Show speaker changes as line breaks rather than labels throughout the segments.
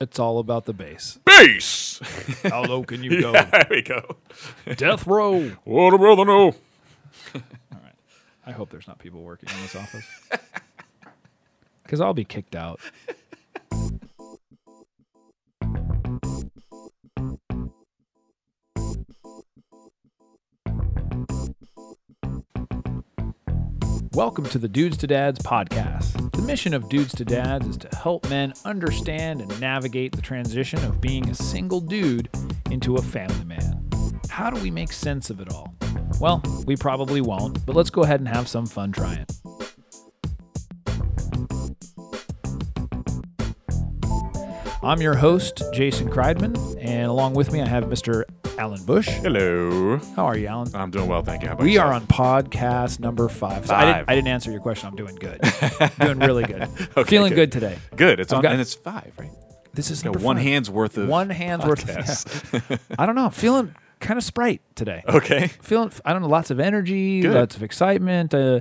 It's all about the bass.
Bass.
How low can you go?
there we go.
Death row.
What a brother know.
I hope there's not people working in this office. Because I'll be kicked out. Welcome to the Dudes to Dads podcast. The mission of Dudes to Dads is to help men understand and navigate the transition of being a single dude into a family man. How do we make sense of it all? Well, we probably won't, but let's go ahead and have some fun trying. I'm your host, Jason Kreidman, and along with me I have Mr. Alan Bush.
Hello.
How are you, Alan?
I'm doing well, thank you. How about
We
yourself?
are on podcast number five. So I,
Five.
didn't, I didn't answer your question. I'm doing good. doing really good.
Okay,
Feeling
good.
good. today.
Good. It's
I've
on,
got-
and it's five, right?
This is
Yeah,
number
one
five.
hand's worth of.
One hand's worth.
podcasts.
yeah. I don't know. I'm feeling kind of sprite today.
Okay.
Feeling, I don't know, lots of energy,
Good.
lots of excitement. Uh,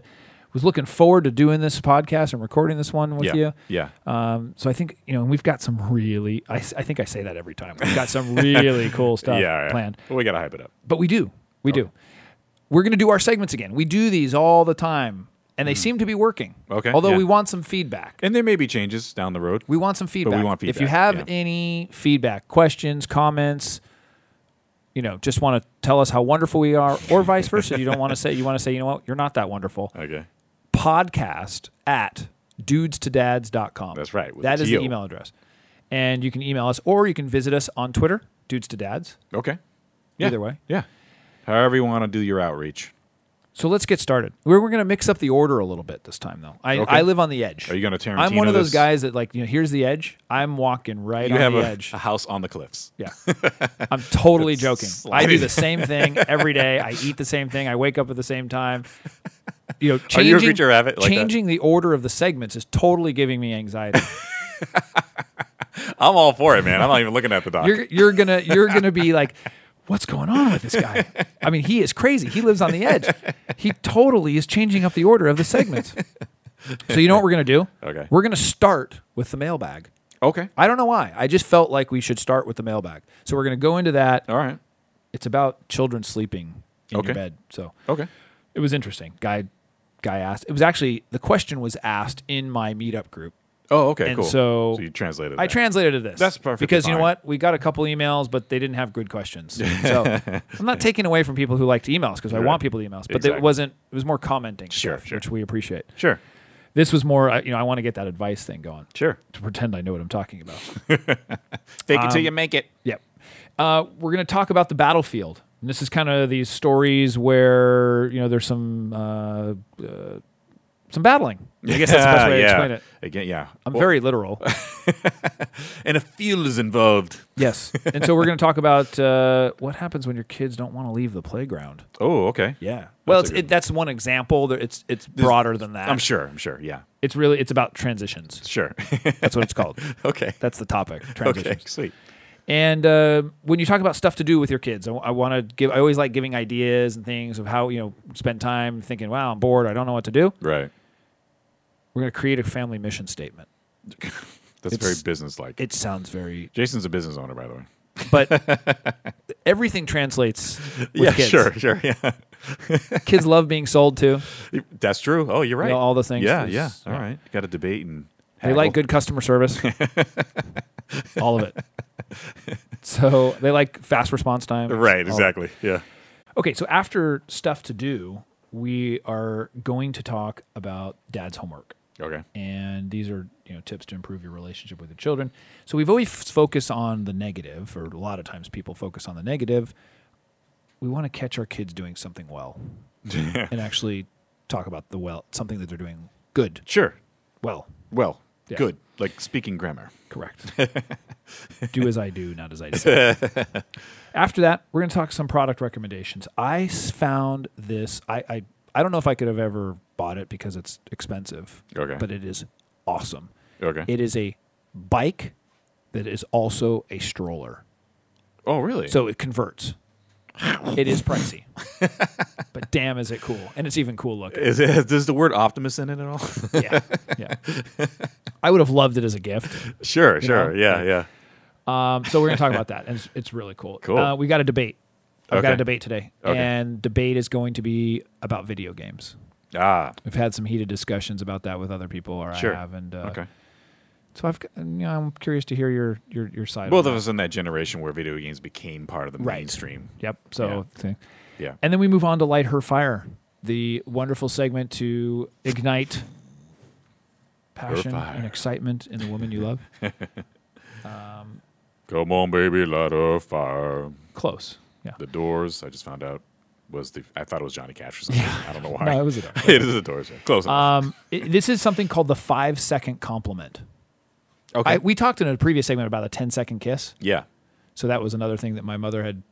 was looking forward to doing this podcast and recording this one with
yeah.
you.
Yeah.
Um, so I think you know, and we've got some really. I, s- I think I say that every time. We've got some really cool stuff
yeah, yeah.
planned.
Well, we gotta hype it up.
But we do. We do. We're going to do our segments again. We do these all the time, and they seem to be working.
Mm-hmm. Okay,
Although
yeah.
we want some feedback.
And there may be changes down the road.
We want some feedback.
want
If you
feedback,
have
yeah.
any feedback, questions, comments, you know, just want to tell us how wonderful we are, or vice versa. you don't want to say, you want to say, you know what, you're not that wonderful.
Okay.
Podcast at dudestodads.com.
That's right, with
That
a
is the
T O.
email address. And you can email us, or you can visit us on Twitter, dudes to dads.
Okay. Yeah.
Either way.
Yeah. However you want to do your outreach.
So let's get started. We're, we're going to mix up the order a little bit this time, though. I,
Okay.
I live on the edge.
Are you gonna
I'm one
Tarantino
of those
this?
guys that like you know. Here's the edge. I'm walking right
You
on
have
the
a,
edge.
a house on the cliffs.
yeah, I'm totally
That's
joking. I
sliding.
do the same thing every day. I eat the same thing. I wake up at the same time. You know,
Are
changing,
you a creature of habit like that?
changing the order of the segments is totally giving me anxiety.
I'm all for it, man. I'm not even looking at the doc.
you're you're gonna you're gonna be like, what's going on with this guy? I mean, he is crazy. He lives on the edge. He totally is changing up the order of the segments. So you know what we're gonna do?
Okay.
We're gonna start with the mailbag.
okay.
I don't know why. I just felt like we should start with the mailbag. So we're gonna go into that.
All right.
It's about children sleeping in
Okay.
your bed. So
Okay.
it was interesting. Guy guy asked. It was actually the question was asked in my meetup group.
Oh, okay.
And
cool.
so-
you translated.
I
that.
translated to this.
That's perfectly
Because you know
fine.
what? We got a couple emails, but they didn't have good questions. So I'm not taking away from people who like to email us because I
Right.
want people to email us, but
Exactly.
it wasn't. It was more commenting,
Sure,
stuff,
sure.
which we appreciate.
Sure.
This was more. uh, You know, I want to get that advice thing going
Sure.
to pretend I know what I'm talking about.
Fake
Um,
it till you make it.
Yep. Uh, we're going to talk about the battlefield. And this is kind of these stories where you know there's some uh, uh, some battling. I guess that's the best way
yeah.
to explain it.
Again, yeah.
I'm
Well,
very literal.
and a field is involved.
Yes. And so we're going to talk about uh, what happens when your kids don't want to leave the playground.
Oh, okay.
Yeah. Well,
That's
it's,
a good
it, that's one example. There- It's it's broader than that.
I'm sure. I'm sure. Yeah.
It's really it's about transitions.
Sure.
That's what it's called.
okay.
That's the topic. Transitions.
okay. Sweet.
And uh, when you talk about stuff to do with your kids, I, want to give. I always like giving ideas and things of how you know spend time thinking. Wow, I'm bored. I don't know what to do.
Right.
We're going to create a family mission statement.
That's
It's-
very businesslike.
It sounds very,
Jason's a business owner, by the way.
but everything translates. With
yeah.
kids.
Sure. Sure. Yeah.
Kids love being sold to.
That's true. Oh, you're right.
know, all the things
Yeah.
is-
Yeah. All
yeah.
right. Got to debate and.
They like
haggle.
good customer service. all of it. So they like fast response time.
Right.
All of it.
Exactly. Yeah.
Okay, so after stuff to do, we are going to talk about dad's homework.
Okay.
And these are, you know, tips to improve your relationship with your children. So we've always focused on the negative, or a lot of times people focus on the negative. We want to catch our kids doing something well and actually talk about the well something that they're doing good.
Sure.
Well,
Well.
Yeah.
Good. Like speaking grammar.
Correct. do as I do, not as I say. After that, we're going to talk some product recommendations. I s- found this. I, I I don't know if I could have ever bought it because it's expensive.
Okay.
But it is awesome.
Okay.
It is a bike that is also a stroller,
oh, really?
so it converts. It is pricey, but damn, is it cool! And it's even cool looking.
Is it, is the word optimist in it at all?
Yeah, yeah. I would have loved it as a gift.
sure,
know?
sure. Yeah, yeah.
Um, so we're going to talk about that, and it's, it's really cool.
Cool.
Uh, we got a debate. I've got
Okay.
a debate today,
Okay.
and debate is going to be about video games.
Ah,
We've had some heated discussions about that with other people, or
Sure.
I have, and uh,
okay.
so I've, got- you know, I'm curious to hear your your your side.
Both
on
of
that.
us in that generation where video games became part of the
Right.
mainstream.
Yep. So, thing.
Yeah.
and then we move on to light her fire, the wonderful segment to ignite passion and
fire.
excitement in the woman you love. um,
Come on, baby, light a fire.
close. Yeah.
The Doors. I just found out was the. I thought it was Johnny Cash or something. I don't know why.
No, it was a dog.
it is the Doors. Yeah. Close enough.
Um, i this is something called the five second compliment.
okay.
Uh, I, we talked in a previous segment about a 10 second kiss.
yeah.
So that was another thing that my mother had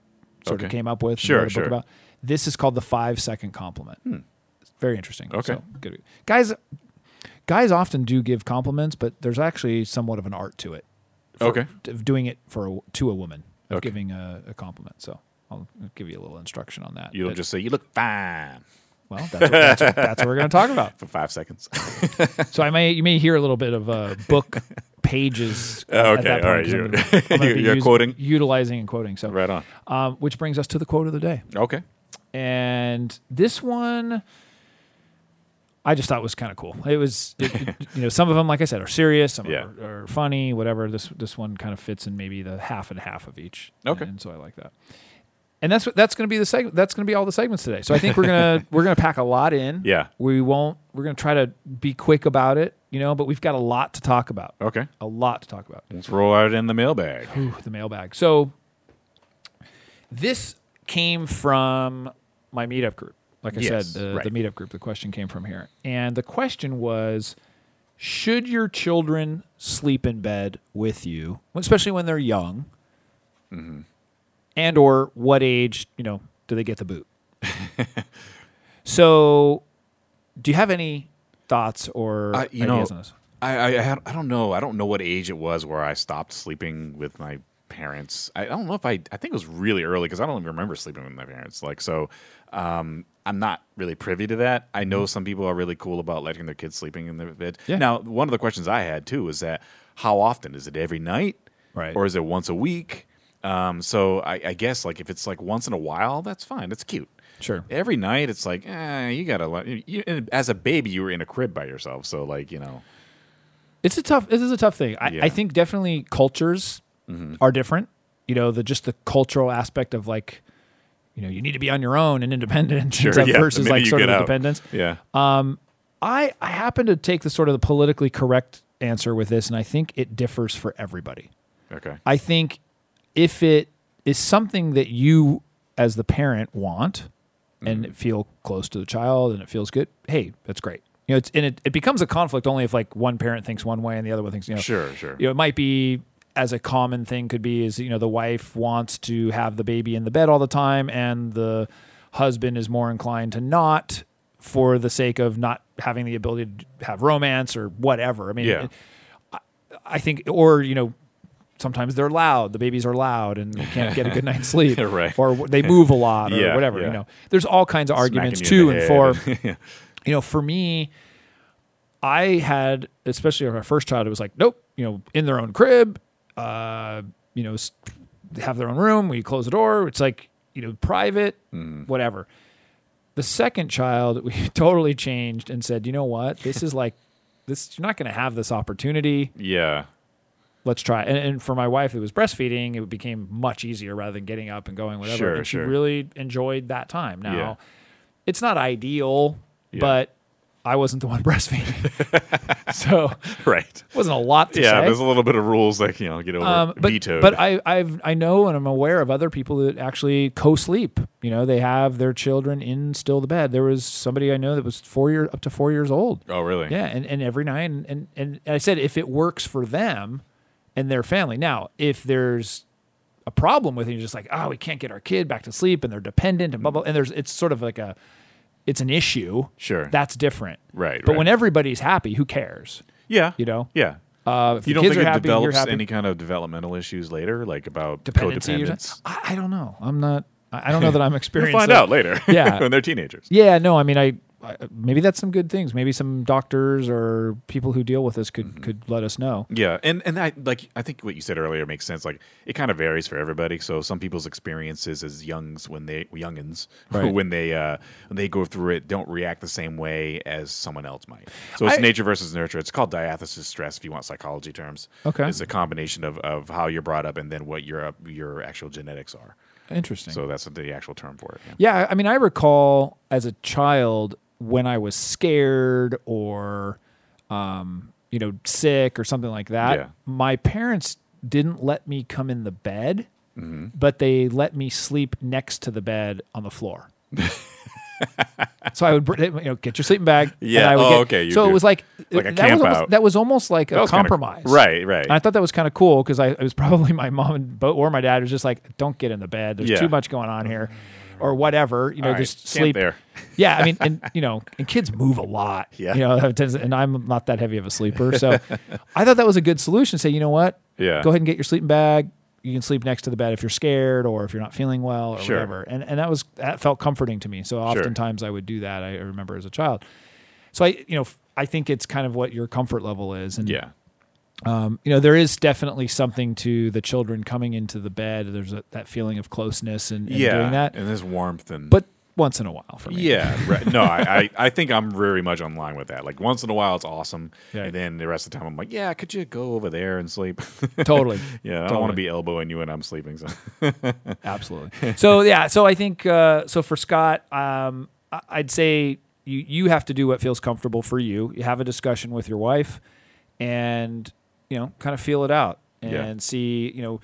sort of
Okay.
came up with. and
Sure,
wrote a
sure. Hmm.
Book about. This is called the five second compliment. It's Very interesting.
Okay.
So, good. Guys, guys often do give compliments, but there's actually somewhat of an art to it,
Okay.
of doing it for a, to a woman, of
Okay.
giving a, a compliment. So I'll give you a little instruction on that.
You don't
But-
just say you look fine
well, that's what, that's what- that's what we're going to talk about.
for five seconds.
So I may you may hear a little bit of uh, book pages.
Oh,
at
okay.
that
All
point,
right.
'cause I'm
You're-
gonna- I'm gonna be
you're
using-
quoting?
utilizing and quoting. So
right on.
um, which brings us to the quote of the day,
Okay.
and this one. I just thought was kind of cool. It was, it- it- you know, some of them, like I said, are serious, some
Yeah.
are, are funny, whatever. This this one kind of fits in maybe the half and half of each.
Okay.
and so I like that. And that's what that's going to be the segment. That's going to be all the segments today. So I think we're gonna we're gonna pack a lot in.
Yeah.
We won't. We're going to try to be quick about it, you know. But we've got a lot to talk about.
Okay.
A lot to talk about.
Let's roll out in the mailbag.
Ooh, the mailbag. So this came from my meetup group. Like I
Yes,
said, the,
right.
the meetup group. The question came from here, and the question was: Should your children sleep in bed with you, especially when they're young, and or what age? You know, do they get the boot? so, do you have any thoughts or
Uh, you know,
ideas on this?
I, I I had- I don't know. I don't know what age it was where I stopped sleeping with my parents. I, I don't know if I I think it was really early because I don't even remember sleeping with my parents. Like so, um, I'm not really privy to that. I know some people are really cool about letting their kids sleeping in their bed.
Mm. Yeah.
Now, one of the questions I had too was that how often is it every night,
Right.
or is it once a week? Um, so I, I guess like if it's like once in a while, that's fine. That's cute.
Sure.
Every night, it's like, eh, you gotta. let- You, and as a baby, you were in a crib by yourself, so like, you know,
It's a tough. This is a tough thing. I, I
Yeah. Mm-hmm.
think definitely cultures are different. You know, the just the cultural aspect of like, you know, you need to be on your own and independent and
Sure,
stuff
yeah, the
versus
minute
like
you
sort of Uh,
get out.
dependence.
yeah.
I I happen to take the sort of the politically correct answer with this, and I think it differs for everybody.
Okay.
I think if it is something that you as the parent want
Mm-hmm.
and feel close to the child and it feels good, hey, that's great. You know, it's and it, it becomes a conflict only if like one parent thinks one way and the other one thinks you know
Sure, sure.
You know, it might be as a common thing could be is you know the wife wants to have the baby in the bed all the time and the husband is more inclined to not for the sake of not having the ability to have romance or whatever. I mean,
Yeah.
I think, or you know, sometimes they're loud. The babies are loud, and you can't get a good night's sleep,
Right.
Or w- they move a lot, or
Yeah,
whatever. You
yeah.
know, there's all kinds of arguments
Smacking
to
you in
and
the
for.
head.
You know, for me, I had, especially our first child, it was like, nope, you know, in their own crib, uh, you know, s- have their own room. We close the door. It's like, you know, private, whatever. The second child, we totally changed and said, you know what? This is like, this, you're not going to have this opportunity
yeah.
let's try. And, and for my wife, it was breastfeeding. It became much easier rather than getting up and going whatever.
Sure,
and
sure.
She really enjoyed that time. Now,
Yeah.
it's not ideal, but I wasn't the one breastfeeding, so it
Right.
wasn't a lot to
Yeah,
say.
there's a little bit of rules like, you know, get over
Um, but
vetoed.
but I I've, I know and I'm aware of other people that actually co-sleep. You know, they have their children in still the bed. There was somebody I know that was four year up to four years old.
oh, really?
Yeah, and, and every night, and, and and I said if it works for them and their family. Now, if there's a problem with it, you're just like, oh, we can't get our kid back to sleep, and they're dependent, and blah blah. And there's it's sort of like a it's an issue.
Mm-hmm. Sure.
that's different.
Right,
But
right.
when everybody's happy, who cares?
Yeah.
You know?
Yeah.
Uh, if
you
the
don't
kids are
think it
happy, you're
develops
happy.
any kind of developmental issues later, like about
dependency. or
codependence?
something? I, I don't know. I'm not. I I don't know that I'm
We'll
experienced.
find
that.
out later.
Yeah.
when they're teenagers.
Yeah, no, I mean, I I- maybe that's some good things. Maybe some doctors or people who deal with this could
Mm-hmm.
could let us know.
Yeah, and and I like I think what you said earlier makes sense. Like it kind of varies for everybody. So some people's experiences as youngs when they youngins
Right.
when they uh, when they go through it don't react the same way as someone else might. So it's
I-
nature versus nurture. It's called diathesis stress if you want psychology terms.
Okay.
it's a combination of, of how you're brought up and then what your uh, your actual genetics are.
Interesting.
So that's the actual term for it. yeah.
Yeah, I mean, I recall as a child when I was scared or, um, you know, sick or something like that.
Yeah.
My parents didn't let me come in the bed,
Mm-hmm.
but they let me sleep next to the bed on the floor. so I would, br- you know, get your sleeping bag. and
Yeah,
I would
oh,
get-
okay, you
So
do-
it was like
like a
that
camp
was almost,
out.
That was almost like
That
a
was kinda-
compromise,
right, right.
And I thought that was kind of cool because I it was probably my mom and bo- or my dad was just like, "Don't get in the bed. There's
Yeah.
too much going on here." Or whatever, you know,
All right,
just
camp
sleep
there.
yeah, I mean, and you know, and kids move a lot.
Yeah.
you know, it tends- and I'm not that heavy of a sleeper, so I thought that was a good solution. Say, you know what?
Yeah.
go ahead and get your sleeping bag. You can sleep next to the bed if you're scared or if you're not feeling well or
Sure.
whatever. And and that was that felt comforting to me. So oftentimes I would do that. I remember as a child. So I, you know, f- I think it's kind of what your comfort level is, and
Yeah,
um, you know, there is definitely something to the children coming into the bed. There's a, that feeling of closeness and, and
yeah,
doing that,
and there's warmth and
but once in a while for me.
Yeah, right. no, I, I, I think I'm very much on line with that. Like once in a while, it's awesome,
Yeah.
and then the rest of the time, I'm like, yeah, could you go over there and sleep?
totally.
yeah, I don't want
Totally.
to be elbowing you when I'm sleeping. So
absolutely. So yeah, so I think uh, so for Scott, um, I- I'd say you you have to do what feels comfortable for you. You have a discussion with your wife, and you know, kind of feel it out and
Yeah.
see. You know,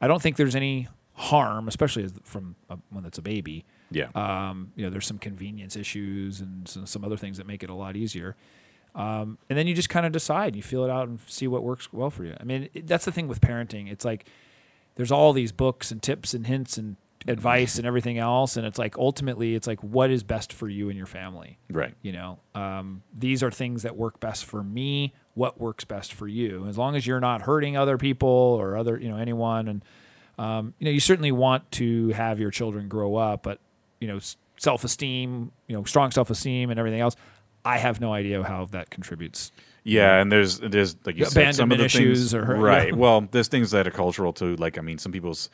I don't think there's any harm, especially as- from a, one that's a baby.
yeah,
Um, you know, there's some convenience issues and some, some other things that make it a lot easier. Um, and then you just kind of decide, you feel it out and see what works well for you. I mean, it, that's the thing with parenting. It's like there's all these books and tips and hints and advice and everything else. And it's like ultimately, it's like what is best for you and your family.
right.
You know, um, these are things that work best for me. What works best for you? As long as you're not hurting other people or other, you know, anyone, and um, you know, you certainly want to have your children grow up, but you know, self esteem, you know, strong self esteem and everything else. I have no idea how that contributes.
Yeah, and there's there's like you said, some of
Abandonment
the
issues
things,
or-
right. Well, there's things that are cultural too. Like I mean, some people's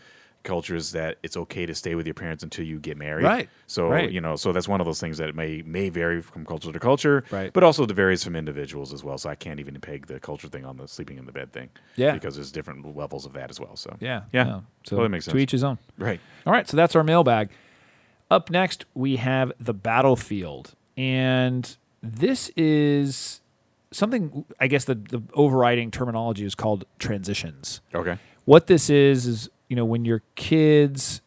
cultures that it's okay to stay with your parents until you get married.
Right,
So
right.
you know, so that's one of those things that may may vary from culture to culture.
Right.
But also it varies from individuals as well. So I can't even peg the culture thing on the sleeping in the bed thing.
Yeah.
Because there's different levels of that as well. So
Yeah,
yeah.
So
So that makes sense.
To each his own.
right.
All right, so that's our mailbag. Up next, we have the battlefield. And this is something, I guess the, the overriding terminology is called transitions.
Okay.
What this is, is, you know, when your kids,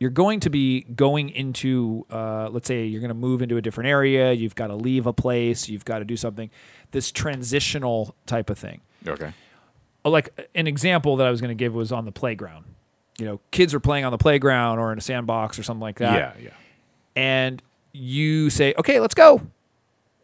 you're going to be going into, uh, let's say you're going to move into a different area, you've got to leave a place, you've got to do something, this transitional type of thing
Okay.
uh, like an example that I was going to give was on the playground. You know, kids are playing on the playground or in a sandbox or something like that.
yeah. Yeah.
And you say, okay, let's go.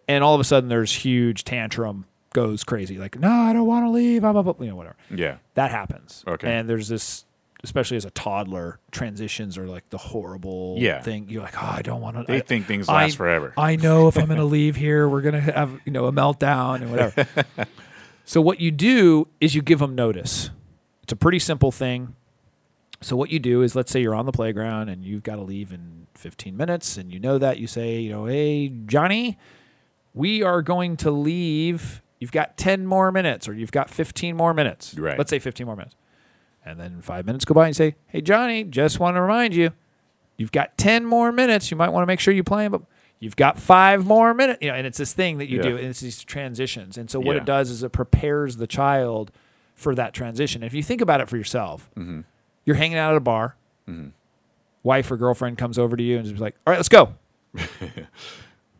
And all of a sudden there's huge tantrum goes crazy. Like, no, I don't want to leave. Blah, blah, blah. You know, whatever.
Yeah.
That happens.
Okay.
And there's this, especially as a toddler, transitions are like the horrible
Yeah.
thing. You're like, oh, I don't want to.
They
I,
think things
I-
last forever.
I know if I'm going to leave here, we're going to have you know a meltdown and whatever. so what you do is you give them notice. It's a pretty simple thing. So what you do is, let's say you're on the playground and you've got to leave in 15 minutes, and you know that you say, you know, hey Johnny, we are going to leave. You've got 10 more minutes, or you've got 15 more minutes.
Right.
Let's say 15 more minutes. And then five minutes go by and you say, Hey, Johnny, just want to remind you, you've got 10 more minutes. You might want to make sure you play, but you've got five more minutes. You know, and it's this thing that you
Yeah.
do, and it's these transitions. And so what
Yeah.
it does is it prepares the child for that transition. If you think about it for yourself,
Mm-hmm.
you're hanging out at a bar, wife or girlfriend comes over to you and is like, All right, let's go.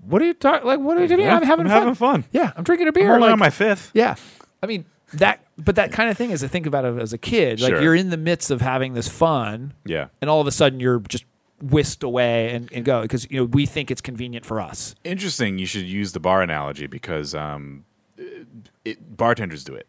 what are you talking like what are you doing?
Yeah,
I'm having
I'm
fun.
having fun.
Yeah, I'm drinking a beer.
I'm only
like-
on my fifth.
yeah. I mean, that, but that kind of thing is to think about it as a kid.
Sure.
Like you're in the midst of having this fun,
Yeah.
and all of a sudden you're just whisked away and, and go because, you know, we think it's convenient for us.
Interesting. You should use the bar analogy because um, it, bartenders do it.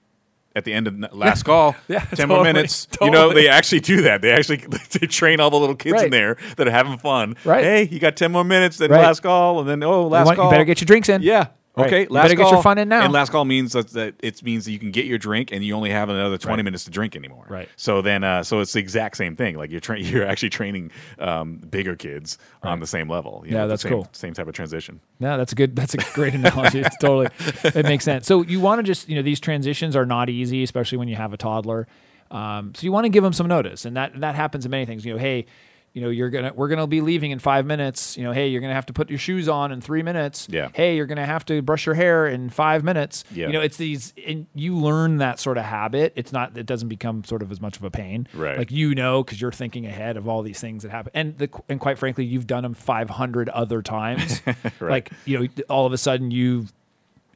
at the end of n- last call,
Yeah,
ten more
totally,
minutes. You know,
totally.
they actually do that. They actually they train all the little kids
Right.
in there that are having fun.
Right.
Hey, you got ten more minutes. Then
Right.
last call, and then oh,
You,
last
want- you
call.
better get your drinks in.
Yeah.
Right.
Okay.
You better get your fun in now.
And last call means that, that it means that you can get your drink and you only have another twenty
Right.
minutes to drink anymore.
Right.
So then, uh, so it's the exact same thing. Like you're tra- you're actually training um, bigger kids on the same level. you
Yeah,
with the
that's
same-
cool.
Same type of transition.
No, that's a good. That's a great analogy. It's totally, it makes sense. So you want to just, you know, these transitions are not easy, especially when you have a toddler. Um, so you want to give them some notice, and that that happens in many things. You know, hey, you know, you're gonna we're gonna be leaving in five minutes. You know, hey, you're gonna have to put your shoes on in three minutes.
Yeah.
Hey, you're gonna have to brush your hair in five minutes.
Yeah.
You know, it's these, and you learn that sort of habit. It's not. It doesn't become sort of as much of a pain.
Right.
Like you know, because you're thinking ahead of all these things that happen, and the and quite frankly, you've done them 500 other times. Like you know, all of a sudden you,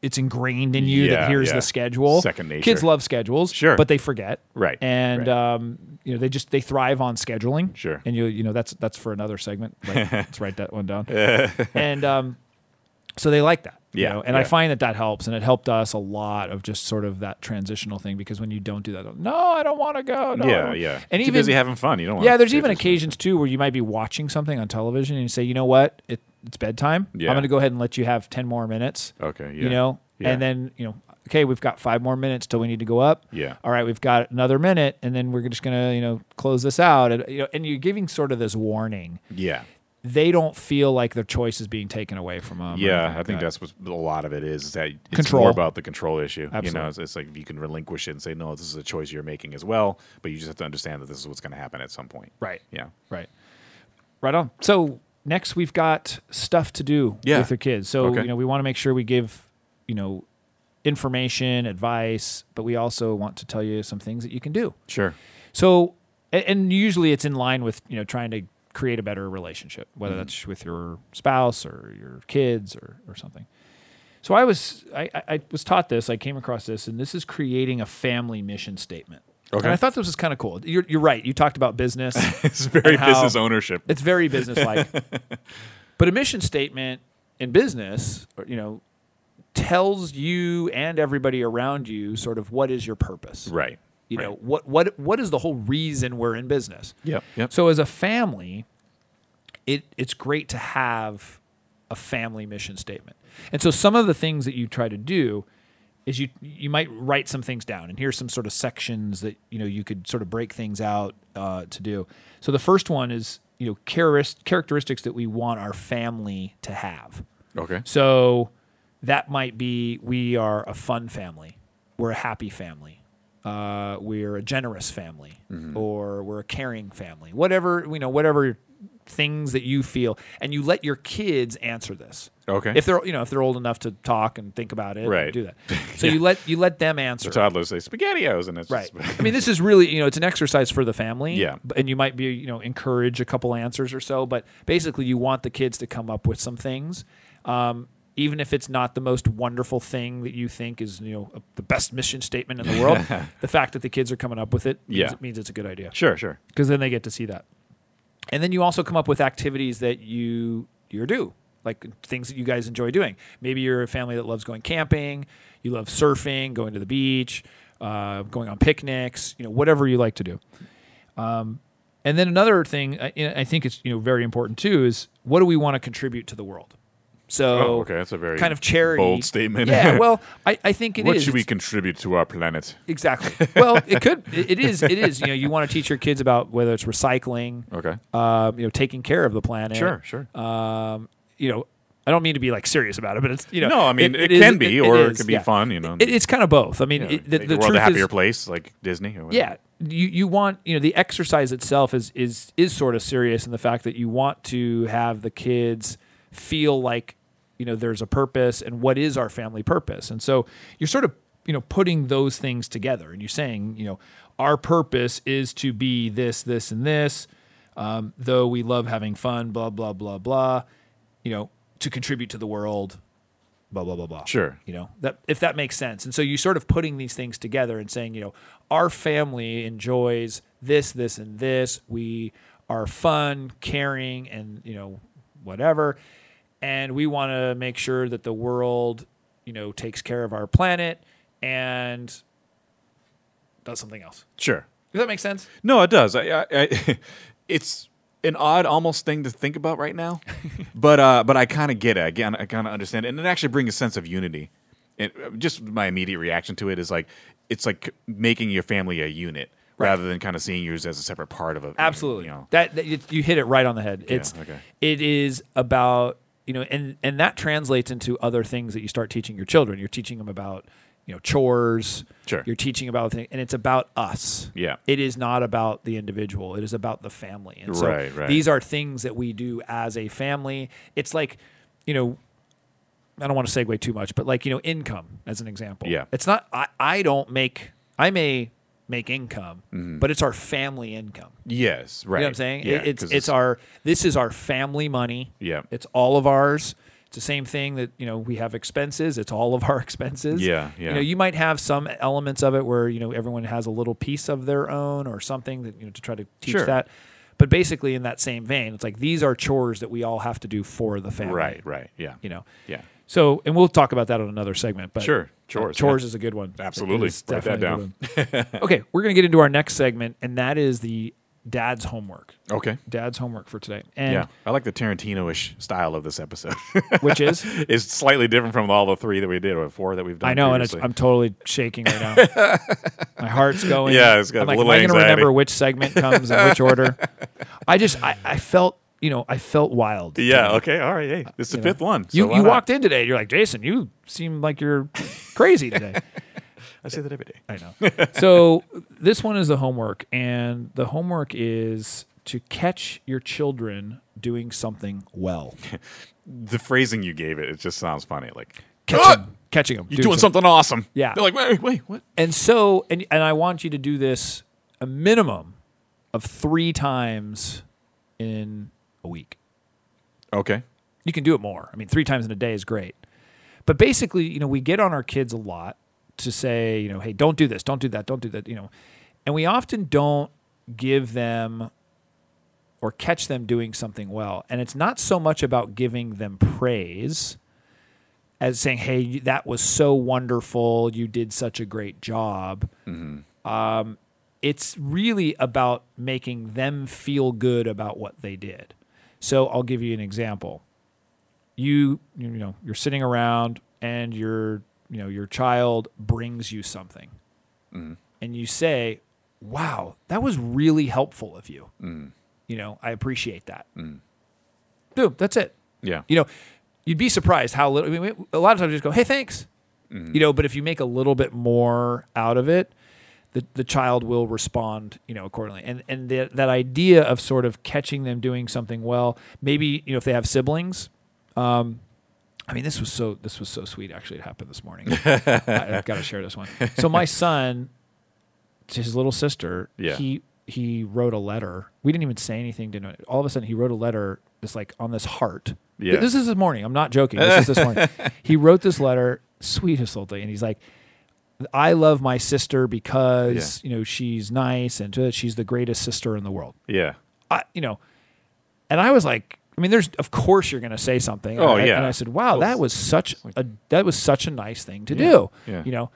it's ingrained in you
Yeah,
that here's
yeah.
the schedule.
Second nature.
Kids love schedules,
Sure.
but they forget,
Right,
And
right.
um, you know, they just they thrive on scheduling,
Sure.
And you you know that's that's for another segment. Right? Let's write that one down. and um, so they like that. you
Yeah,
know, and I
yeah.
find that that helps, and it helped us a lot of just sort of that transitional thing because when you don't do that, no, I don't want to go. No, I
yeah.
don't."
Yeah.
Oh, And
Too
even
busy having fun. You don't. wanna
yeah, there's
sit
even
just-
occasions too where you might be watching something on television and you say, you know what, it, it's bedtime.
Yeah.
I'm going to go ahead and let you have ten more minutes.
Okay. Yeah.
You know,
Yeah.
and then you know, okay, we've got five more minutes till we need to go up.
Yeah.
All right, we've got another minute, and then we're just going to you know close this out. And you know, and you're giving sort of this warning.
Yeah.
They don't feel like their choice is being taken away from them. or anything
Yeah, I
like
think
that.
that's what a lot of it is. Is that it's
Control.
more about the control issue. You
Absolutely.
know, it's, it's like you can relinquish it and say, no, this is a choice you're making as well, but you just have to understand that this is what's going to happen at some point.
right.
Yeah.
Right. Right on. So next we've got stuff to do
Yeah.
with your kids. So
Okay.
you know we want to make sure we give you know information, advice, but we also want to tell you some things that you can do.
Sure.
So a- and usually it's in line with you know trying to create a better relationship, whether
Mm-hmm.
that's with your spouse or your kids or or something. So I was I, I- I was taught this. I came across this, and this is creating a family mission statement.
Okay.
And I thought this was kind of cool. You're, you're right. You talked about business.
It's very
And how-
business ownership.
It's very businesslike. but a mission statement in business, or, you know, tells you and everybody around you sort of what is your purpose.
Right.
You
right.
know, what what what is the whole reason we're in business?
Yep. Yep.
So as a family, it it's great to have a family mission statement. And so some of the things that you try to do is you you might write some things down, and here's some sort of sections that you know you could sort of break things out uh, to do. So the first one is you know charis- characteristics that we want our family to have.
okay.
So that might be we are a fun family, we're a happy family, uh, we're a generous family,
Mm-hmm.
or we're a caring family. Whatever you know, whatever things that you feel, and you let your kids answer this.
Okay.
If they're you know if they're old enough to talk and think about it,
Right.
and do that. So you let you let them answer.
Toddlers say spaghettios, and it's
Right.
Just,
I mean, this is really, you know, it's an exercise for the family.
Yeah.
b- And you might be, you know, encourage a couple answers or so, but basically you want the kids to come up with some things. Um, even if it's not the most wonderful thing that you think is, you know, the best mission statement in the world, the fact that the kids are coming up with it means,
Yeah.
it means it's a good idea
sure. Sure.
because then they get to see that. And then you also come up with activities that you you do, like things that you guys enjoy doing. Maybe you're a family that loves going camping, you love surfing, going to the beach, uh, going on picnics, you know, whatever you like to do. Um, and then another thing I, I think it's you know very important too is what do we want to contribute to the world? So
Oh, okay. That's a very
kind of charity
bold statement.
Yeah, well, I, I think it is.
what should we
It's-
contribute to our planet?
Exactly. Well, it could. It it is. It is. You know, you want to teach your kids about whether it's recycling,
Okay.
um, you know, taking care of the planet.
Sure, sure.
Um, you know, I don't mean to be like serious about it, but it's you know.
No, I mean, it
is-
can be, or it
is,
could be
yeah.
fun, you know.
It, it's kind of both. I mean,
You know,
it, the,
make
the
world
truth
a happier
is,
place, like Disney. Or whatever.
yeah, you you want you know the exercise itself is is is sort of serious in the fact that you want to have the kids feel like you know there's a purpose and what is our family purpose, and so you're sort of you know putting those things together, and you're saying you know our purpose is to be this this and this, um, though we love having fun, blah blah blah blah, you know to contribute to the world, blah blah blah blah.
Sure.
You know that if that makes sense, and so you sort of putting these things together and saying, you know, our family enjoys this, this, and this. We are fun, caring, and you know, whatever. And we want to make sure that the world, you know, takes care of our planet and does something else.
Sure.
Does that make sense?
No, it does. I, I, I it's an odd, almost thing to think about right now, but uh, but I kind of get it. Again, I kind of understand, it. and it actually brings a sense of unity. It, just my immediate reaction to it is like it's like making your family a unit rather than kind of seeing yours as a separate part of a
Absolutely.
You know,
That, that- it- you hit it right on the head. It's
okay.
it is about you know, and and that translates into other things that you start teaching your children. You're teaching them about you know chores.
Sure.
You're teaching about things, and it's about us.
Yeah.
It is not about the individual. It is about the family. And so
Right, right.
these are things that we do as a family. It's like you know. I don't want to segue too much, but like you know, income as an example.
Yeah.
it's not. I, I don't make. I may make income,
Mm-hmm.
but it's our family income.
yes, right.
You know what I'm saying? It-
Yeah,
it's,
'cause
it's our this is our family money.
Yeah.
It's all of ours. It's the same thing that, you know, we have expenses. It's all of our expenses.
Yeah,
You
yeah.
know, you might have some elements of it where, you know, everyone has a little piece of their own or something that, you know, to try to teach
Sure.
that. But basically in that same vein, it's like these are chores that we all have to do for the family.
right, right. Yeah,
You know.
yeah.
So and we'll talk about that on another segment. But
Sure.
uh,
Chores,
chores is a good one.
Absolutely.
It is
Write that
definitely a good one. okay, we're gonna get into our next segment, and that is the dad's homework
Okay.
dad's homework for today. And
yeah, I like the Tarantino-ish style of this episode.
which is
it's slightly different from all the three that we did or four that we've done.
I know, and it's,
previously.
I'm totally shaking right now. My heart's going.
Yeah, it's
I'm
got a
like,
little
am I going to
anxiety.
remember which segment comes in which order? I just, I, I felt, you know, I felt wild.
yeah. Okay. All right. Hey, this is the fifth one. so
You
why
you
not?
walked in today. You're like Jason. You seem like you're crazy today.
I say that every day.
I know. So this one is the homework, and the homework is to catch your children doing something well.
The phrasing you gave it, it just sounds funny. Like
Catching, catching them.
you're doing something awesome.
Yeah.
They're like, wait, wait, what?
And so, and, and I want you to do this a minimum of three times in a week.
Okay.
You can do it more. I mean, three times in a day is great. But basically, you know, we get on our kids a lot to say, you know, hey, don't do this, don't do that, don't do that, you know. And we often don't give them or catch them doing something well. And it's not so much about giving them praise as saying, hey, you- that was so wonderful. You did such a great job. Um, it's really about making them feel good about what they did. So I'll give you an example. You, you know, you're sitting around and your, you know, your child brings you something and you say, wow, that was really helpful of you. You know, I appreciate that. Boom, that's it.
Yeah.
You know, you'd be surprised how little. I mean, a lot of times you just go, "Hey, thanks,"
Mm-hmm.
you know. But if you make a little bit more out of it, the the child will respond, you know, accordingly. And and the, that idea of sort of catching them doing something well, maybe you know, if they have siblings. Um, I mean, this was so this was so sweet. Actually, it happened this morning. I, I've got to share this one. So my son, to his little sister,
Yeah.
he he wrote a letter. We didn't even say anything to him. All of a sudden, he wrote a letter. It's like on this heart. Th-
Yeah.
This is this morning. I'm not joking. This is this morning. He wrote this letter, sweetest little thing, and he's like, "I love my sister because you know she's nice and uh, she's the greatest sister in the world."
Yeah.
I, you know, and I was like, I mean, there's of course you're going to say something.
Oh,
And I-
yeah.
And I said, wow, that was such a that was such a nice thing to do.
yeah.
You know,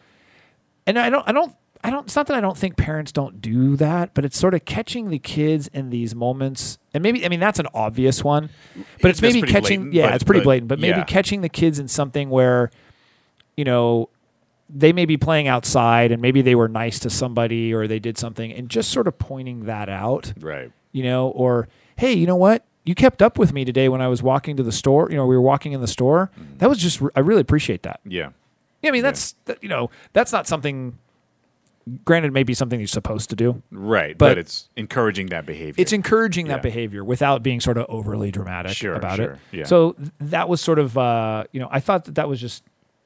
and I don't, I don't, I don't. It's not that I don't think parents don't do that, but it's sort of catching the kids in these moments. And maybe I mean that's an obvious one, but it's
That's
maybe
pretty
catching.
blatant,
yeah,
but-
it's pretty
but-
blatant, but maybe
yeah.
catching the kids in something where, you know. They may be playing outside, and maybe they were nice to somebody, or they did something, and just sort of pointing that out
Right.
you know, or hey, you know what? You kept up with me today when I was walking to the store. You know, we were walking in the store. That was just I really appreciate that.
Mm. Yeah.
Yeah, I mean, that's that- you know, that's not something. Granted, maybe something you're supposed to do.
Right. But,
But-
it's encouraging that behavior.
It's encouraging that
Yeah.
behavior without being sort of overly dramatic
Sure,
about it.
sure, yeah.
So th- that was sort of uh, you know, I thought that that was just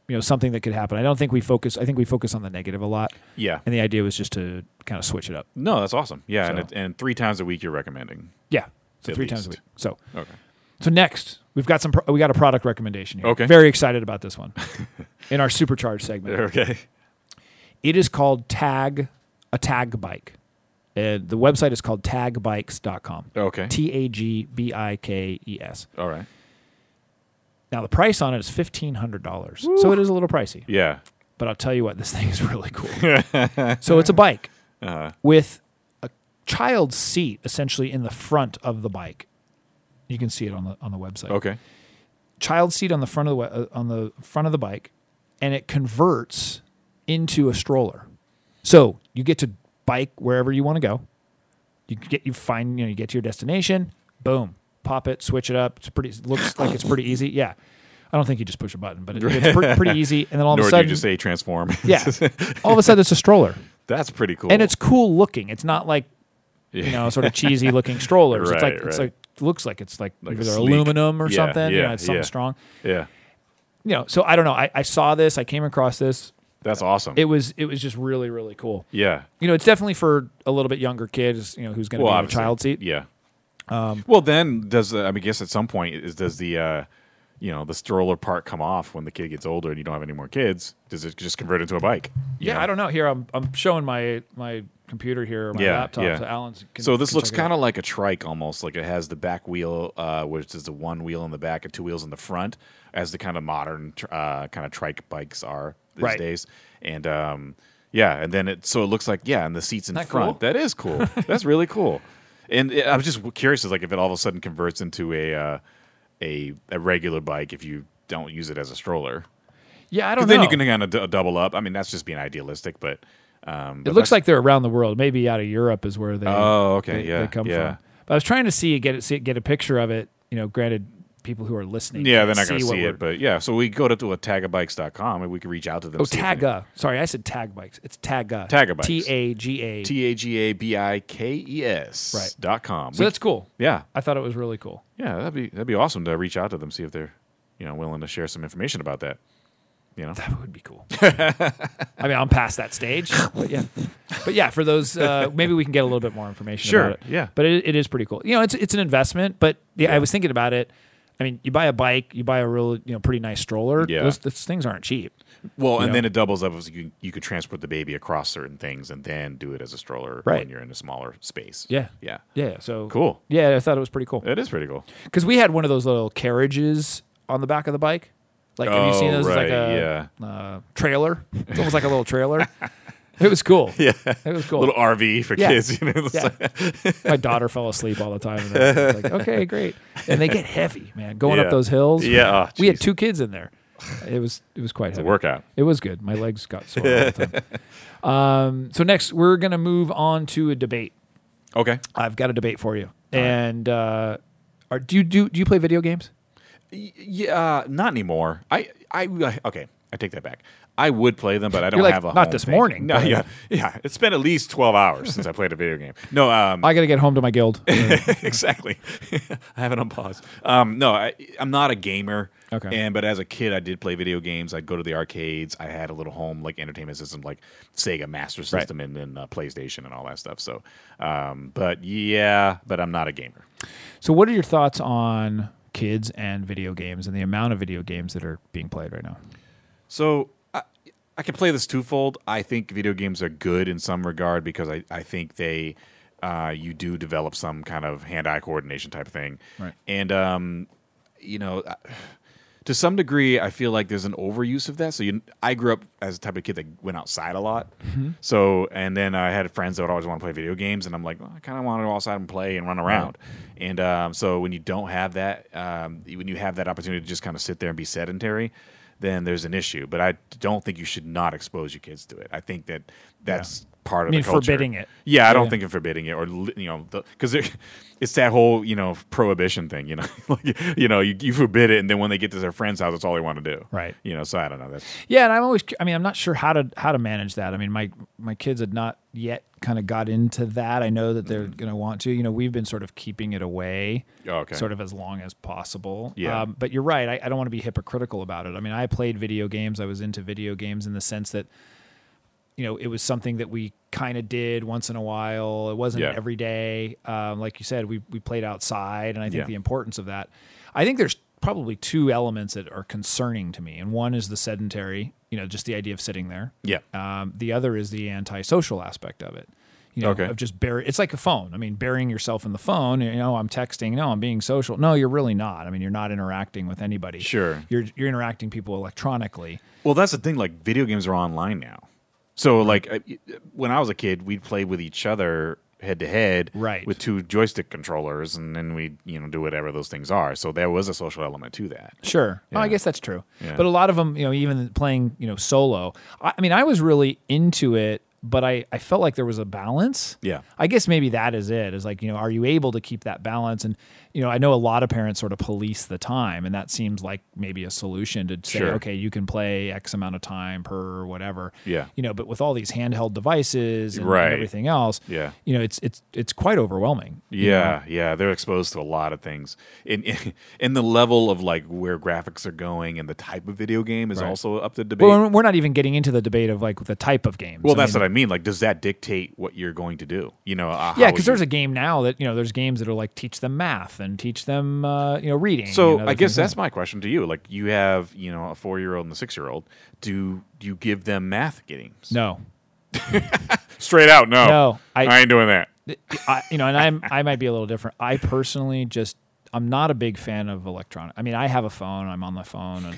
you know something that could happen. I don't think we focus. I think we focus on the negative a lot,
yeah.
and the idea was just to kind of switch it up.
No, that's awesome. Yeah. And
So-
it, and three times a week you're recommending.
Yeah, so
At
three times a week.
least.
So
Okay.
So next, we've got some. Pro- we got a product recommendation here.
Okay.
Very excited about this one. In our supercharged segment,
Okay.
it is called Tag, a Tag Bike. Uh, the website is called tagbikes.com.
Okay.
T A G B I K E S.
all right.
Now the price on it is fifteen hundred dollars, so it is a little pricey.
Yeah.
But I'll tell you what, this thing is really cool. so it's a bike. with a child's seat essentially in the front of the bike. You can see it on the on the website.
Okay.
Child seat on the front of the we- uh, on the front of the bike, and it converts into a stroller. So you get to bike wherever you want to go. You get you find you know you get to your destination. Boom, pop it, switch it up. It's pretty. It looks like it's pretty easy. Yeah, I don't think you just push a button, but it, it's pre- pretty easy. And then all of
Nor
a
do you
sudden,
just say transform.
yeah, all of a sudden it's a stroller
That's pretty cool.
and it's cool looking. It's not like you know sort of cheesy looking strollers. it's like
Right,
it's
right.
like looks like it's like,
Like
either
sleek.
aluminum or
Yeah,
something. you know,
yeah,
it's something
yeah.
strong.
yeah.
You know, so I don't know. I, I saw this. I came across this.
That's awesome.
It was it was just really really cool.
yeah.
You know, it's definitely for a little bit younger kids. You know, who's going to
Well,
be in a
obviously.
child seat. Um,
Yeah. well, then does the, I mean, guess at some point is does the uh, you know the stroller part come off when the kid gets older and you don't have any more kids? Does it just convert into a bike? you
Yeah,
know?
I don't know. Here I'm I'm showing my my computer here, my
Yeah,
laptop.
yeah.
So Alan's can,
So this
can
looks
check it out.
kind of like a trike almost. Like it has the back wheel, uh, which is the one wheel in the back and two wheels in the front, as the kind of modern tr- uh, kind of trike bikes are these
Right.
days. And um, yeah, and then it so it looks like yeah, and the seats in
Isn't that cool?
front. That is cool. That's really cool. And it, I was just curious, is like if it all of a sudden converts into a uh, a a regular bike if you don't use it as a stroller.
yeah. I don't
'Cause
know.
then you can kind of d- double up. I mean, that's just being idealistic, but. Um,
it looks like they're around the world. Maybe out of Europe is where they.
Oh, okay,
they,
yeah,
they come
yeah.
from. But I was trying to see get it, see get a picture of it. You know, granted, people who are listening,
Yeah,
can't
they're not going to
what
see
we're-
it, but yeah. So we go to, to a tagabikes.com and we can reach out to them.
oh, Taga. Sorry, I said tag bikes. It's Taga.
Taga bikes.
T A G A.
T A G A B I K E S
Right.
dot com.
So
We-
that's cool.
yeah,
I thought it was really cool.
yeah. That'd be that'd be awesome to reach out to them, see if they're you know willing to share some information about that. You know,
That would be cool. I mean, I'm past that stage, but yeah, but yeah. For those, uh, maybe we can get a little bit more information.
Sure,
About it.
yeah.
But it, it is pretty cool. You know, it's it's an investment, but yeah, I was thinking about it. I mean, you buy a bike, you buy a real, you know, pretty nice stroller.
Yeah.
Those, those things aren't cheap.
well, and
know.
then it doubles up as you you could transport the baby across certain things and then do it as a stroller
Right.
when you're in a smaller space.
Yeah.
yeah,
Yeah. So
Cool.
Yeah, I thought it was pretty cool
It is pretty cool.
because we had one of those little carriages on the back of the bike. Like, have you seen
Oh,
those? It's like
right,
a uh, trailer. It's almost like a little trailer. It was cool. Yeah, it was cool.
Little RV for
Yeah.
kids. You know, it's
Yeah.
like-
My daughter fell asleep all the time. And I was like, okay, great. And they get heavy, man, going up
Yeah.
those hills.
Yeah, oh,
we had
jeez.
two kids in there. It was it was quite heavy.
workout.
It was good. My legs got sore all the time. Um, so next, we're gonna move on to a debate.
Okay.
I've got a debate for you. and uh, are, do you do do you play video games?
Y- Yeah, uh, not anymore. I, I, I- okay. I take that back. I would play them, but I don't
You're like,
have a
"Not
home
this
thing."
morning,
No,
but-
yeah, yeah. It's been at least twelve hours since I played a video game. No, um,
I gotta get home to my guild.
exactly. I have it on pause. Um, no, I, I'm not a gamer.
Okay.
And but as a kid, I did play video games. I'd go to the arcades. I had a little home like entertainment system, like Sega Master System and then uh, PlayStation and all that stuff. So, um, but yeah, but I'm not a gamer.
so, what are your thoughts on kids and video games and the amount of video games that are being played right now?
So I, I can play this twofold. I think video games are good in some regard because I, I think they uh, you do develop some kind of hand eye coordination type thing,
Right.
And um, you know, I- to some degree, I feel like there's an overuse of that. So you, I grew up as a type of kid that went outside a lot.
Mm-hmm.
So and then I had friends that would always want to play video games, and I'm like, well, I kind of want to go outside and play and run around. And um, so when you don't have that, um, when you have that opportunity to just kind of sit there and be sedentary, then there's an issue. But I don't think you should not expose your kids to it. I think that that's part of
mean,
the culture.
forbidding it.
Yeah, I don't
Yeah.
think of forbidding it or li- you know because it's that whole you know prohibition thing. You know, like, you know you, you forbid it, and then when they get to their friend's house, that's all they want to do.
Right.
You know, so I don't know. That's
Yeah, and I'm always. cu- I mean, I'm not sure how to how to manage that. I mean, my my kids had not yet kind of got into that. I know that they're going to want to. You know, we've been sort of keeping it away,
Mm-hmm. Oh, okay.
sort of as long as possible. Um,
Yeah.
but you're right. I, I don't want to be hypocritical about it. I mean, I played video games. I was into video games in the sense that, you know, it was something that we kind of did once in a while. It wasn't
Yeah.
every day. Um, like you said, we we played outside, and I think
Yeah.
the importance of that. I think there's probably two elements that are concerning to me, and one is the sedentary, you know, just the idea of sitting there.
yeah.
Um, the other is the antisocial aspect of it. You know,
Okay.
of just bury. It's like a phone. I mean, burying yourself in the phone. You know, I'm texting. No, I'm being social. No, you're really not. I mean, you're not interacting with anybody.
Sure.
You're you're interacting people electronically.
Well, that's the thing. Like, video games are online now. So like uh, y- when I was a kid, we'd play with each other head to head,
Right.
with two joystick controllers, and then we would you know do whatever those things are. So there was a social element to that.
Sure. Oh, I
Yeah.
guess that's true.
Yeah.
But a lot of them, you know, even playing, you know, solo. I, I mean, I was really into it, but I, I felt like there was a balance.
Yeah.
I guess maybe that is it. Is like, you know, are you able to keep that balance? And, you know, I know a lot of parents sort of police the time, and that seems like maybe a solution to say,
Sure.
okay, you can play X amount of time per or whatever.
Yeah.
You know, but with all these handheld devices and
Right.
everything else,
Yeah.
you know, it's it's it's quite overwhelming.
Yeah, yeah, they're exposed to a lot of things, and and the level of like where graphics are going and the type of video game is also up to debate.
Well, we're not even getting into the debate of like the type of games.
Well,
I mean,
that's what I mean. Like, does that dictate what you're going to do? You know, uh,
Yeah, because there's a game now that you know there's games that are like teach them math and teach them uh, you know reading.
So
and other
I guess
things
that's my question to you. Like, you have you know a four year old and a six year old. Do you give them math games?
like- no,
Straight out, no,
No, I-
ain't doing that.
I, you know, and I'm I might be a little different. I personally just I'm not a big fan of electronic. I mean, I have a phone. I'm on the phone, and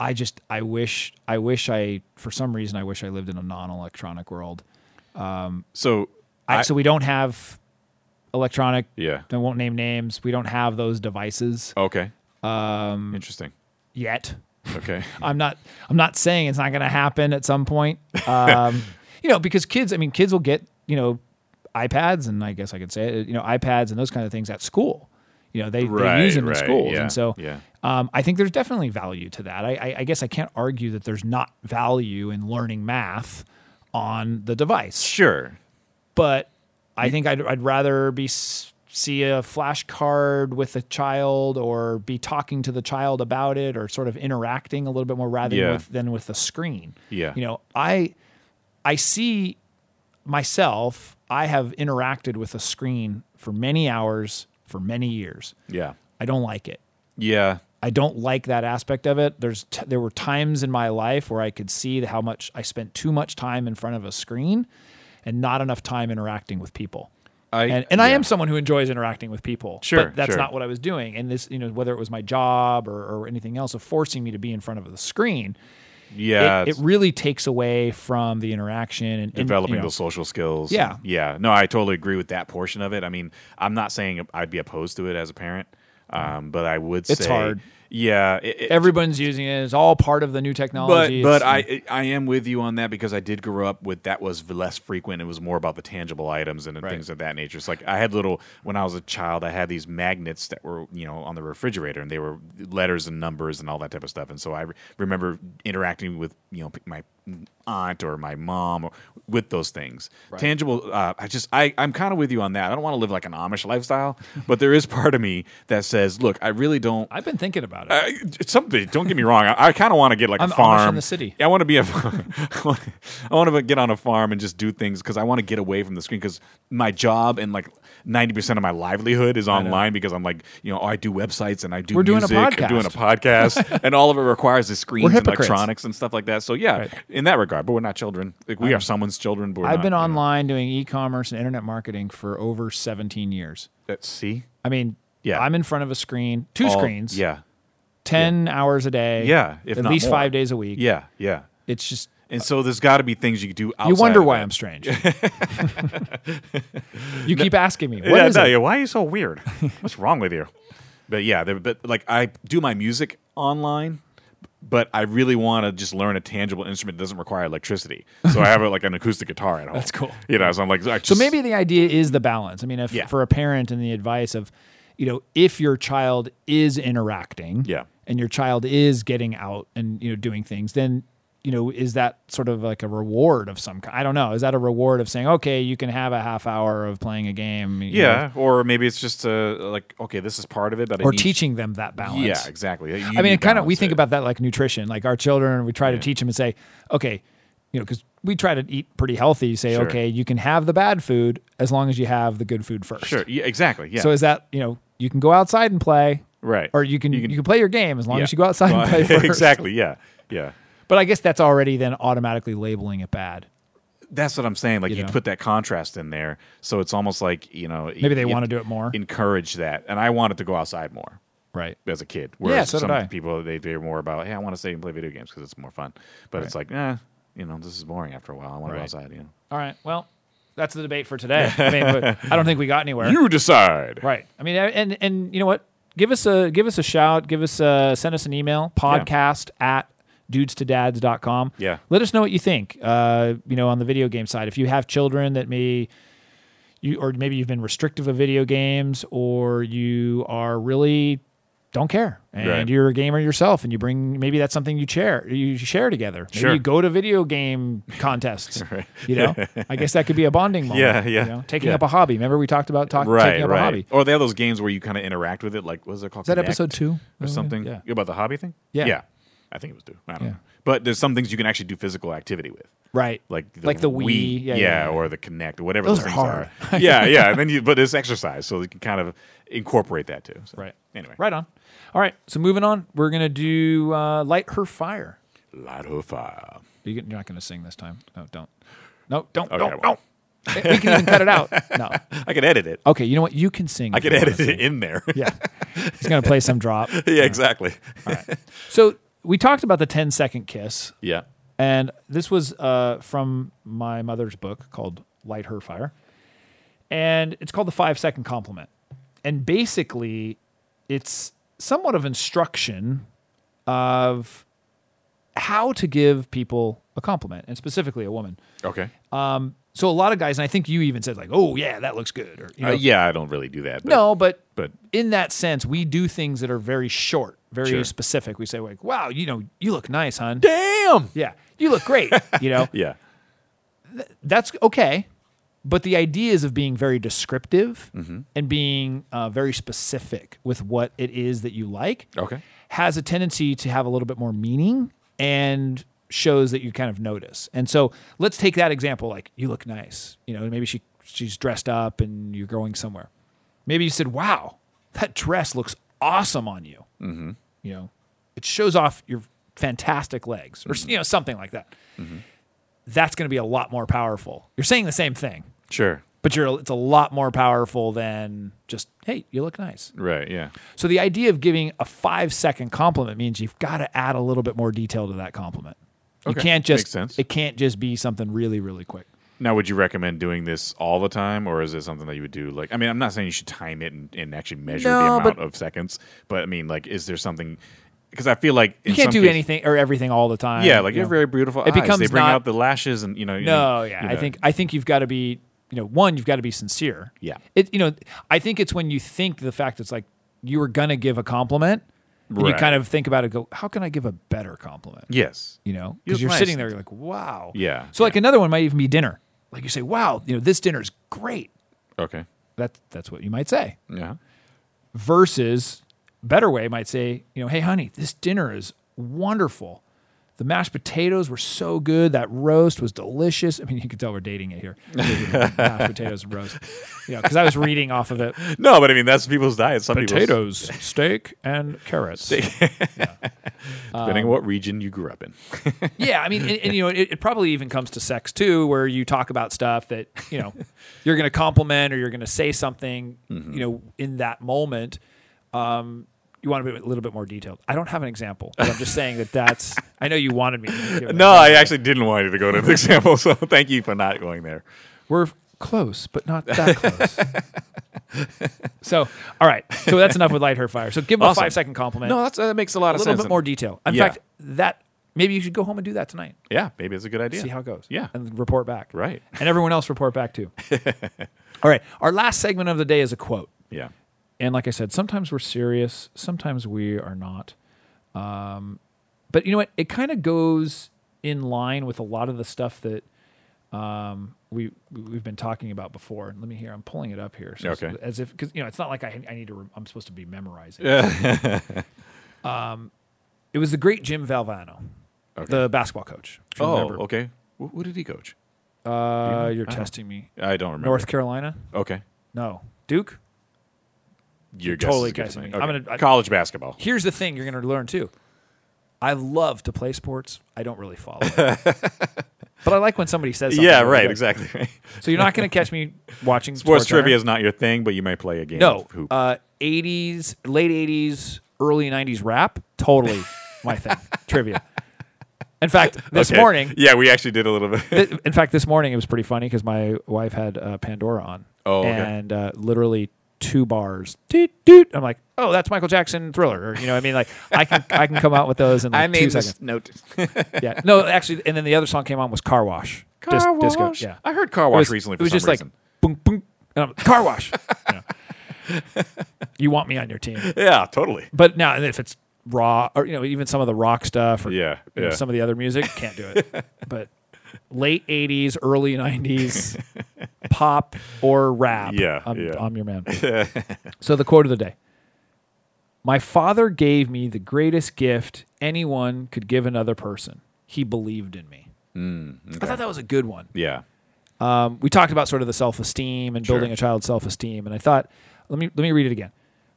I just I wish I wish I for some reason I wish I lived in a non-electronic world.
So
I,
I-
so we don't have electronic.
yeah,
I won't name names. We don't have those devices
okay, um, interesting.
yet.
Okay,
I'm not. I'm not saying it's not going to happen at some point. Um, you know, because kids. I mean, kids will get you know iPads, and I guess I could say it, you know iPads and those kind of things at school. You know, they, they use
Right,
them in
right,
schools,
yeah,
and so
yeah.
um, I think there's definitely value to that. I, I, I guess I can't argue that there's not value in learning math on the device,
sure.
but I think I'd, I'd rather be s- see a flashcard with a child or be talking to the child about it or sort of interacting a little bit more rather
Yeah.
than, with, than with the screen.
Yeah.
You know, I I see myself, I have interacted with a screen for many hours for many years.
Yeah,
I don't like it.
yeah,
I don't like that aspect of it. There's t- there were times in my life where I could see how much I spent too much time in front of a screen and not enough time interacting with people.
I-
and and I
yeah.
am someone who enjoys interacting with people.
Sure,
but that's
sure.
not what I was doing. And this, you know, whether it was my job or, or anything else, of forcing me to be in front of the screen,
yeah.
it, it
it's-
really takes away from the interaction and and, you
developing
know,
those social skills.
Yeah.
yeah. No, I totally agree with that portion of it. I mean, I'm not saying I'd be opposed to it as a parent, um, but I would.
It's
say,
hard.
Yeah, it, it-
Everyone's using it. It's all part of the new
but
technology.
but
It's-
I I am with you on that because I did grow up with that was less frequent. It was more about the tangible items and things of that nature. It's like I had little when I was a child. I had these magnets that were you know on the refrigerator and they were letters and numbers and all that type of stuff. And so I re- remember interacting with you know my aunt or my mom or, with those things. Tangible. Uh, I just I I'm kind of with you on that. I don't want to live like an Amish lifestyle, but there is part of me that says, look, I really don't.
I've been thinking about it.
I, it's something. Uh, Don't get me wrong. I, I kind of want to get like
I'm
a
Amish
farm
in the city.
Yeah, I want to be a. I want- I want to get on a farm and just do things because I want to get away from the screen because my job and like ninety percent of my livelihood is online because I'm like you know oh, I do websites and I do
We're doing a
music, I'm doing a podcast and all of it requires is screens and
hypocrites.
electronics and stuff like that. So yeah, in that regard, but we're not children. Like we are someone's children. But we're
I've been
not,
online doing e-commerce and internet marketing for over 17 years.
Let's see.
I mean,
Yeah.
I'm in front of a screen, two
All-
screens,
Yeah.
10 hours a day,
Yeah, if
at
not
least
more.
5 days a week.
Yeah. Yeah.
It's just
And so there's got to be things you could do. outside
you wonder
of
why
that.
I'm strange. you keep asking me. what is
yeah, no,
it?
yeah, why are you so weird? What's wrong with you? But yeah, there- but like I do my music online, but I really want to just learn a tangible instrument that doesn't require electricity. So I have like an acoustic guitar at home.
That's cool.
You know, so I'm like, I
So
just-
maybe the idea is the balance. I mean, if
Yeah.
for a parent and the advice of, you know, if your child is interacting
Yeah.
and your child is getting out and, you know, doing things, then, you know, is that sort of like a reward of some kind? I don't know. Is that a reward of saying, okay, you can have a half hour of playing a game? you know,
yeah, or maybe it's just uh, like okay, this is part of it, but I
or
need-
teaching them that balance.
Yeah, exactly. You
I mean,
need
it kind of we
balance
think
it.
about that like nutrition. Like our children, we try to teach them and say, okay, you know, because we try to eat pretty healthy. Say,
Sure.
okay, you can have the bad food as long as you have the good food first.
sure, yeah, exactly, yeah,
So is that you know you can go outside and play,
right,
or you can you
You
can,
can-
play your game as long
Yeah.
as you go outside
Well,
and play first.
exactly, yeah, yeah.
But I guess that's already then automatically labeling it bad.
That's what I'm saying. Like you,
know?
put that contrast in there, so it's almost like you know
Maybe they want to do it more.
encourage that. And I wanted to go outside more
right.
as a kid. Whereas
so did
some
I.
people they they're more about, hey, I want to stay and play video games because it's more fun. But it's like, eh, you know, this is boring after a while. I want
Right.
to go outside. You know,
All right. Well, that's the debate for today. I mean, but I don't think we got anywhere.
you decide.
Right. I mean, and and you know what? Give us a give us a shout. Give us a, send us an email. Podcast at dudes to dads.com.
Yeah.
Let us know what you think. Uh, you know, on the video game side, if you have children that may, you or maybe you've been restrictive of video games, or you are really don't care and
Right.
you're a gamer yourself and you bring maybe that's something you share you share together maybe
Sure.
you go to video game contests you know i guess that could be a bonding moment
Yeah, yeah,
you know? taking
yeah.
up a hobby remember we talked about talk,
Right,
taking up a hobby
right. Or they have those games where you kind of interact with it. Like, what is it called?
is that episode two Uh-huh.
or something
Yeah.
about the hobby thing?
Yeah.
yeah. I think it was two. I don't
Yeah.
know. But there's some things you can actually do physical activity with.
Right.
like
Like the Wii, yeah,
yeah,
yeah, yeah.
or the Connect, or whatever
Those
those,
are
things
hard.
are. yeah, yeah, and then you, but it's exercise, so you can kind of incorporate that too. So,
right.
Anyway,
Right on. All right. So moving on, we're gonna do uh, "Light Her Fire."
Light of fire.
You get- You're not gonna sing this time. No, don't. No, don't.
Okay, I
don't.
won't.
don't. we can even cut it out. No.
I could edit it.
Okay. You know what? You can sing.
I could edit it in there. Yeah,
Yeah. He's gonna play some drop.
exactly.
So we talked about the 10 second kiss,
Yeah,
and this was uh, from my mother's book called "Light Her Fire," and it's called the five second compliment. And basically, it's somewhat of instruction of how to give people a compliment, and specifically a woman.
okay.
So a lot of guys, and I think you even said like, "Oh yeah, that looks good," or you know,
Uh, yeah, I don't really do that. But,
no, but
but
in that sense, we do things that are very short, very
Sure.
specific. We say like, "Wow, you know, you look nice, hon."
damn.
Yeah, you look great. you know,
Yeah,
that's okay. But the ideas of being very descriptive and being uh, very specific with what it is that you like
Okay.
has a tendency to have a little bit more meaning and shows that you kind of notice. And so let's take that example like you look nice. You know, maybe she she's dressed up and you're going somewhere. Maybe you said, "Wow, that dress looks awesome on you." You know, it shows off your fantastic legs or you know something like that that's going to be a lot more powerful. You're saying the same thing,
sure.
but you're it's a lot more powerful than just hey, you look nice.
Right. Yeah.
So the idea of giving a 5 second compliment means you've got to add a little bit more detail to that compliment. You
Okay,
can't just
makes sense.
it can't just be something really really quick.
Now, would you recommend doing this all the time, or is it something that you would do? Like, I mean, I'm not saying you should time it and, and actually measure
No,
the amount
but-
of seconds, but I mean, like, is there something? Because I feel like
You can't do anything or everything all the time.
Yeah, like
you
you're
know.
very beautiful.
It
It
becomes
becomes they bring
not-
out the lashes, and you know. you
No,
know,
yeah.
you
I
know.
think I think you've got to be, you know, one, you've got to be sincere.
Yeah.
It you know, I think it's when you think the fact it's like you were gonna give a compliment, and you
Right.
kind of think about it, go, how can I give a better compliment?
Yes.
you know,
You're
because you're
right.
sitting there, you're like, wow.
Yeah,
So like another one might even be dinner. Like you say, wow, you know, this dinner's great.
Okay.
That's that's what you might say.
Yeah.
Versus better way might say, you know, hey honey, this dinner is wonderful. The mashed potatoes were so good. That roast was delicious. I mean, you can tell we're dating it here. mashed potatoes and roast. You know, because I was reading off of it.
No, but I mean that's people's diet. Some people's,
Potatoes, steak, and carrots.
depending on what region you grew up in.
Yeah, I mean, and, and, you know, it, it probably even comes to sex too, where you talk about stuff that you know you're going to compliment or you're going to say something,
Mm-hmm.
you know, in that moment. Um, you want to be a little bit more detailed. I don't have an example. But I'm just saying that that's. I know you wanted me. to give it.
No, I actually didn't want you to go to the example, so thank you for not going there.
we're close, but not that close. so, all right. So that's enough with light her fire. So give them
Awesome.
a five second compliment.
No, that's, uh, that makes a
a
lot of
little
sense.
bit more detail. In
Yeah.
fact, that maybe you should go home and do that tonight.
Yeah, maybe it's a good idea.
see how it goes.
Yeah.
And report back.
Right.
And everyone else report back too. All right. Our last segment of the day is a quote.
yeah.
And like I said, sometimes we're serious, sometimes we are not. Um, but you know what? It kind of goes in line with a lot of the stuff that um, we we've been talking about before. Let me hear. I'm pulling it up here. So
Okay.
As if because you know it's not like I, I need to. Re- I'm supposed to be memorizing. Um, it was the great Jim Valvano,
Okay.
the basketball coach. if you
oh,
remember.
okay. Wh- Who did he coach?
Uh, you're
I don't-
testing me.
I don't remember.
North Carolina?
Okay.
No. Duke?
Your guess
totally
is good to
guessing
me.
me. I'm
Okay.
gonna- I-
college basketball.
Here's the thing you're going to learn too. I love to play sports. I don't really follow it. but I like when somebody says something.
Yeah,
really
right.
good.
Exactly. Right.
So you're not going to catch me watching
Sports
sports
trivia is not your thing, but you may play a game.
No.
of hoop.
Uh, 80s, late 80s, early 90s rap, totally my thing. Trivia. In fact, this
Okay.
morning,
Yeah, we actually did a little bit.
th- in fact, this morning it was pretty funny because my wife had uh, Pandora on.
Oh, okay.
and uh, literally two bars, doot doot. I'm like, oh, that's Michael Jackson Thriller. Or, you know, what I mean, like I can I can come out with those in like two seconds.
note.
Yeah, no, actually, and then the other song came on was Car Wash.
Car
Dis-
wash.
Disco. Yeah,
I heard car wash recently. For
it was just
some reason.
like boom boom, and I'm like, Car Wash. you, know. You want me on your team,
yeah, totally.
but now and if it's raw or you know even some of the rock stuff or
Yeah,
you know,
yeah.
some of the other music can't do it, but. Late '80s, early '90s, pop or rap.
Yeah,
I'm,
yeah.
I'm your man. so the quote of the day: My father gave me the greatest gift anyone could give another person. He believed in me.
Mm,
I thought that was a good one.
Yeah,
Um, we talked about sort of the self esteem and building a child's self esteem, and I thought, let me let me read it again.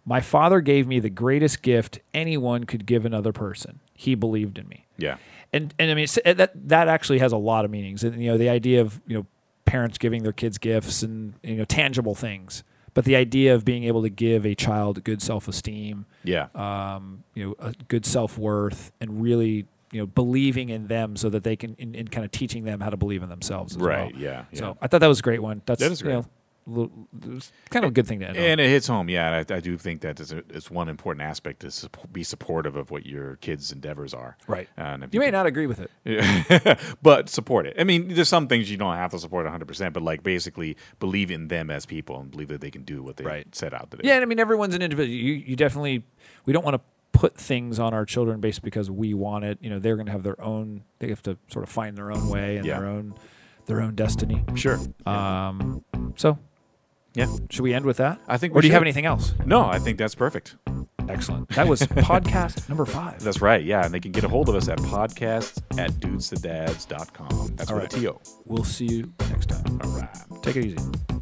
My father gave me the greatest gift anyone could give another person. He believed in me,
yeah,
and and I mean it's, that that actually has a lot of meanings. And you know the idea of you know parents giving their kids gifts and you know tangible things, but the idea of being able to give a child good self esteem,
yeah,
um, you know, a good self worth, and really, you know, believing in them so that they can, in, in kind of teaching them how to believe in themselves. As
right,
Well.
yeah, yeah.
So I thought that was a great one. That's
That is
you know, little- it's kind of a good thing to end on.
and it hits home. Yeah, and I, I do think that is, a, is one important aspect to sup- be supportive of what your kids' endeavors are. Uh,
Right.
And if
You may not agree with it.
Yeah. but support it. I mean, there's some things you don't have to support 100%, but like basically believe in them as people and believe that they can do what they
Right.
set out to do.
Yeah, and I mean everyone's an individual. You you definitely we don't want to put things on our children based because we want it. You know, they're going to have their own. They have to sort of find their own way and
Yeah.
their own their own destiny.
Sure.
Um, so
Yeah.
should we end with that?
I think
Or
we
do you have
should.
anything else?
No, I think that's perfect.
Excellent. That was podcast number five.
That's right. Yeah. And they can get a hold of us at podcast at dudesadads.com. That's
All
with
right.
a T O.
We'll see you next time.
All right.
Take it easy.